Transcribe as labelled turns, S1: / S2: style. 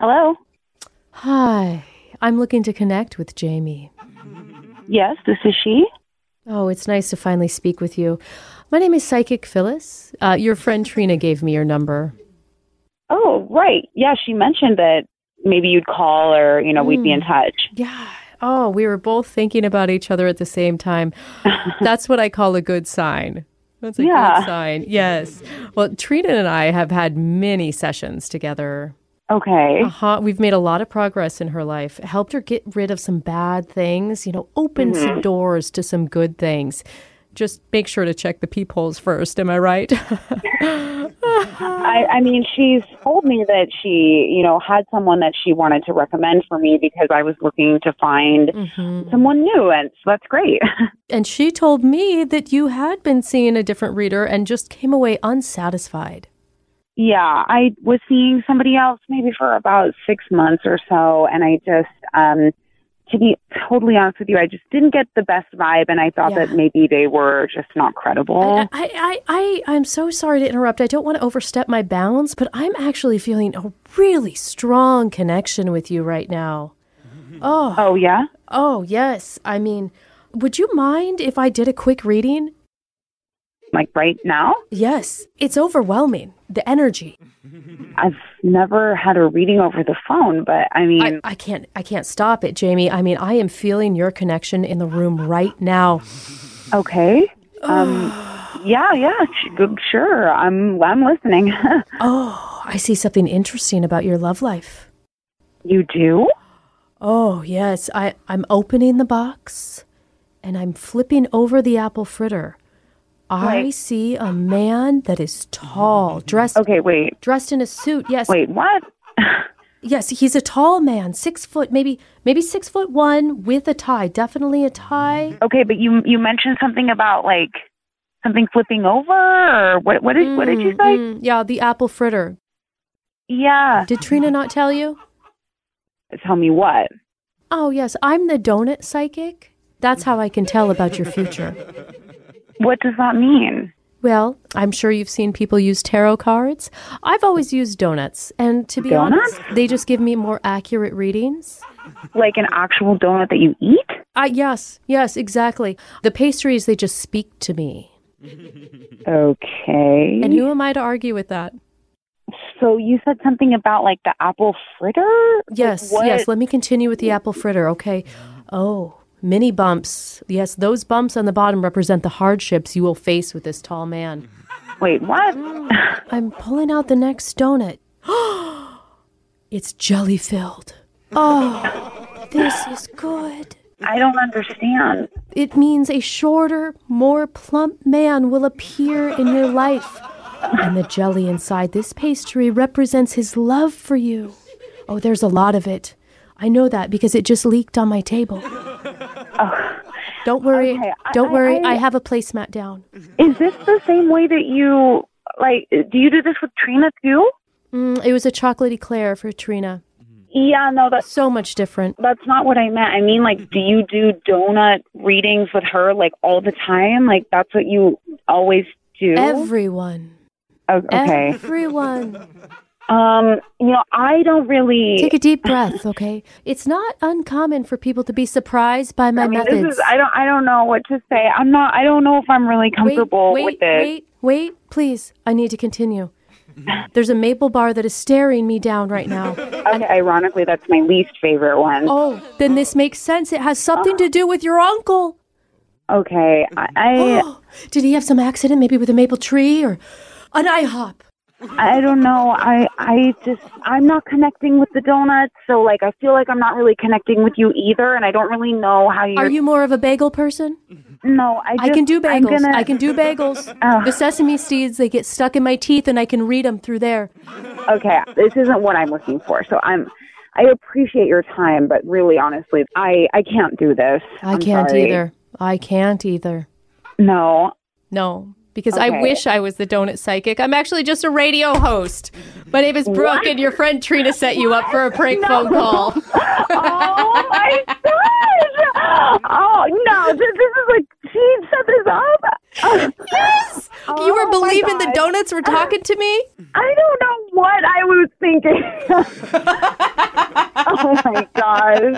S1: Hello.
S2: Hi. I'm looking to connect with Jamie.
S1: Yes, this is she.
S2: Oh, it's nice to finally speak with you. My name is Psychic Phyllis. Uh, your friend Trina gave me your number.
S1: Oh, right. Yeah, she mentioned that maybe you'd call or, you know, we'd be in touch.
S2: Yeah. Oh, we were both thinking about each other at the same time. That's what I call a good sign. That's a
S1: Yeah.
S2: good sign. Yes. Well, Trina and I have had many sessions together.
S1: Okay.
S2: Uh-huh. We've made a lot of progress in her life, helped her get rid of some bad things, you know, opened some doors to some good things. Just make sure to check the peepholes first. Am I right?
S1: I, I mean, she's told me that she, you know, had someone that she wanted to recommend for me because I was looking to find someone new, and so that's great.
S2: and she told me that you had been seeing a different reader and just came away unsatisfied.
S1: yeah, I was seeing somebody else maybe for about six months or so, and I just, um, to be totally honest with you, I just didn't get the best vibe, and I thought
S2: Yeah.
S1: that maybe they were just not credible.
S2: I, I, I, I, I'm so sorry to interrupt. I don't want to overstep my bounds, but I'm actually feeling a really strong connection with you right now. Oh,
S1: oh yeah.
S2: oh, yes. I mean, would you mind if I did a quick reading?
S1: like right now.
S2: Yes, it's overwhelming. The energy.
S1: I've never had a reading over the phone, but I mean,
S2: I, I can't I can't stop it, Jamie. I mean, I am feeling your connection in the room right now.
S1: okay. Um, yeah, yeah, sh- g- sure. I'm I'm listening.
S2: Oh, I see something interesting about your love life.
S1: you do?
S2: Oh, yes. I, I'm opening the box and I'm flipping over the apple fritter. I
S1: Right.
S2: see a man that is tall, dressed
S1: Okay, wait,
S2: dressed in a suit. Yes.
S1: wait, what?
S2: Yes, he's a tall man, six foot, maybe maybe six foot one with a tie. Definitely a tie.
S1: Okay, but you you mentioned something about like something flipping over, or what? What did what did you say?
S2: Mm, yeah, the apple fritter.
S1: Yeah,
S2: Did Trina not tell you?
S1: tell me what.
S2: Oh yes, I'm the donut psychic. That's how I can tell about your future.
S1: What does that mean?
S2: Well, I'm sure you've seen people use tarot cards. I've always used donuts, and to be
S1: Donuts?
S2: honest, they just give me more accurate readings.
S1: Like an actual donut that you eat?
S2: Uh, yes, yes, exactly. The pastries, they just speak to me.
S1: Okay.
S2: And who am I to argue with that?
S1: so you said something about like the apple fritter? Like,
S2: Yes,
S1: what-
S2: yes, let me continue with the apple fritter, okay? Oh, mini bumps. Yes, those bumps on the bottom represent the hardships you will face with this tall man.
S1: Wait, what?
S2: I'm pulling out the next donut. it's jelly filled. Oh, this is good.
S1: I don't understand.
S2: It means a shorter, more plump man will appear in your life. And the jelly inside this pastry represents his love for you. Oh, there's a lot of it. I know that because it just leaked on my table. Don't worry.
S1: Okay, I-
S2: Don't
S1: I-
S2: worry.
S1: I-
S2: I have a placemat down.
S1: Is this the same way that you like? Do you do this with Trina too?
S2: Mm, it was a chocolate eclair for Trina.
S1: Yeah, no, that's
S2: So much different.
S1: that's not what I meant. I mean, like, do you do donut readings with her like all the time? Like, that's what you always do.
S2: Everyone.
S1: O- okay.
S2: Everyone.
S1: Um, you know, I don't really.
S2: Take a deep breath, okay? It's not uncommon for people to be surprised by my
S1: I mean,
S2: methods.
S1: this is. I don't. I don't know what to say. I'm not. I don't know if I'm really comfortable
S2: wait,
S1: with
S2: wait,
S1: it.
S2: Wait, wait, please. I need to continue. There's a maple bar that is staring me down right now.
S1: Okay. Ironically, that's my least favorite one.
S2: Oh, then this makes sense. It has something to do with your uncle.
S1: Okay. I. I
S2: Oh, did he have some accident, maybe with a maple tree or an IHOP?
S1: I don't know. I I just I'm not connecting with the donuts, so like I feel like I'm not really connecting with you either, and I don't really know how you're.
S2: Are you more of a bagel person?
S1: No, I, just,
S2: I can do
S1: I'm
S2: bagels.
S1: gonna-
S2: I can do bagels.
S1: Oh.
S2: The sesame seeds, they get stuck in my teeth and I can read them through there.
S1: Okay, this isn't what I'm looking for. So I'm. I appreciate your time, but really, honestly, I I can't do this.
S2: I
S1: I'm
S2: can't
S1: sorry.
S2: either. I can't either.
S1: No.
S2: No, because I
S1: Okay.
S2: wish I was the donut psychic. I'm actually just a radio host. My name is Brooke, and your friend Trina set you up for a prank phone call.
S1: Oh my gosh! Oh no! This, this is like she set this up.
S2: yes! you
S1: Oh
S2: were
S1: my
S2: believing the
S1: God.
S2: donuts were talking to me?
S1: I don't know what I was thinking. oh my gosh.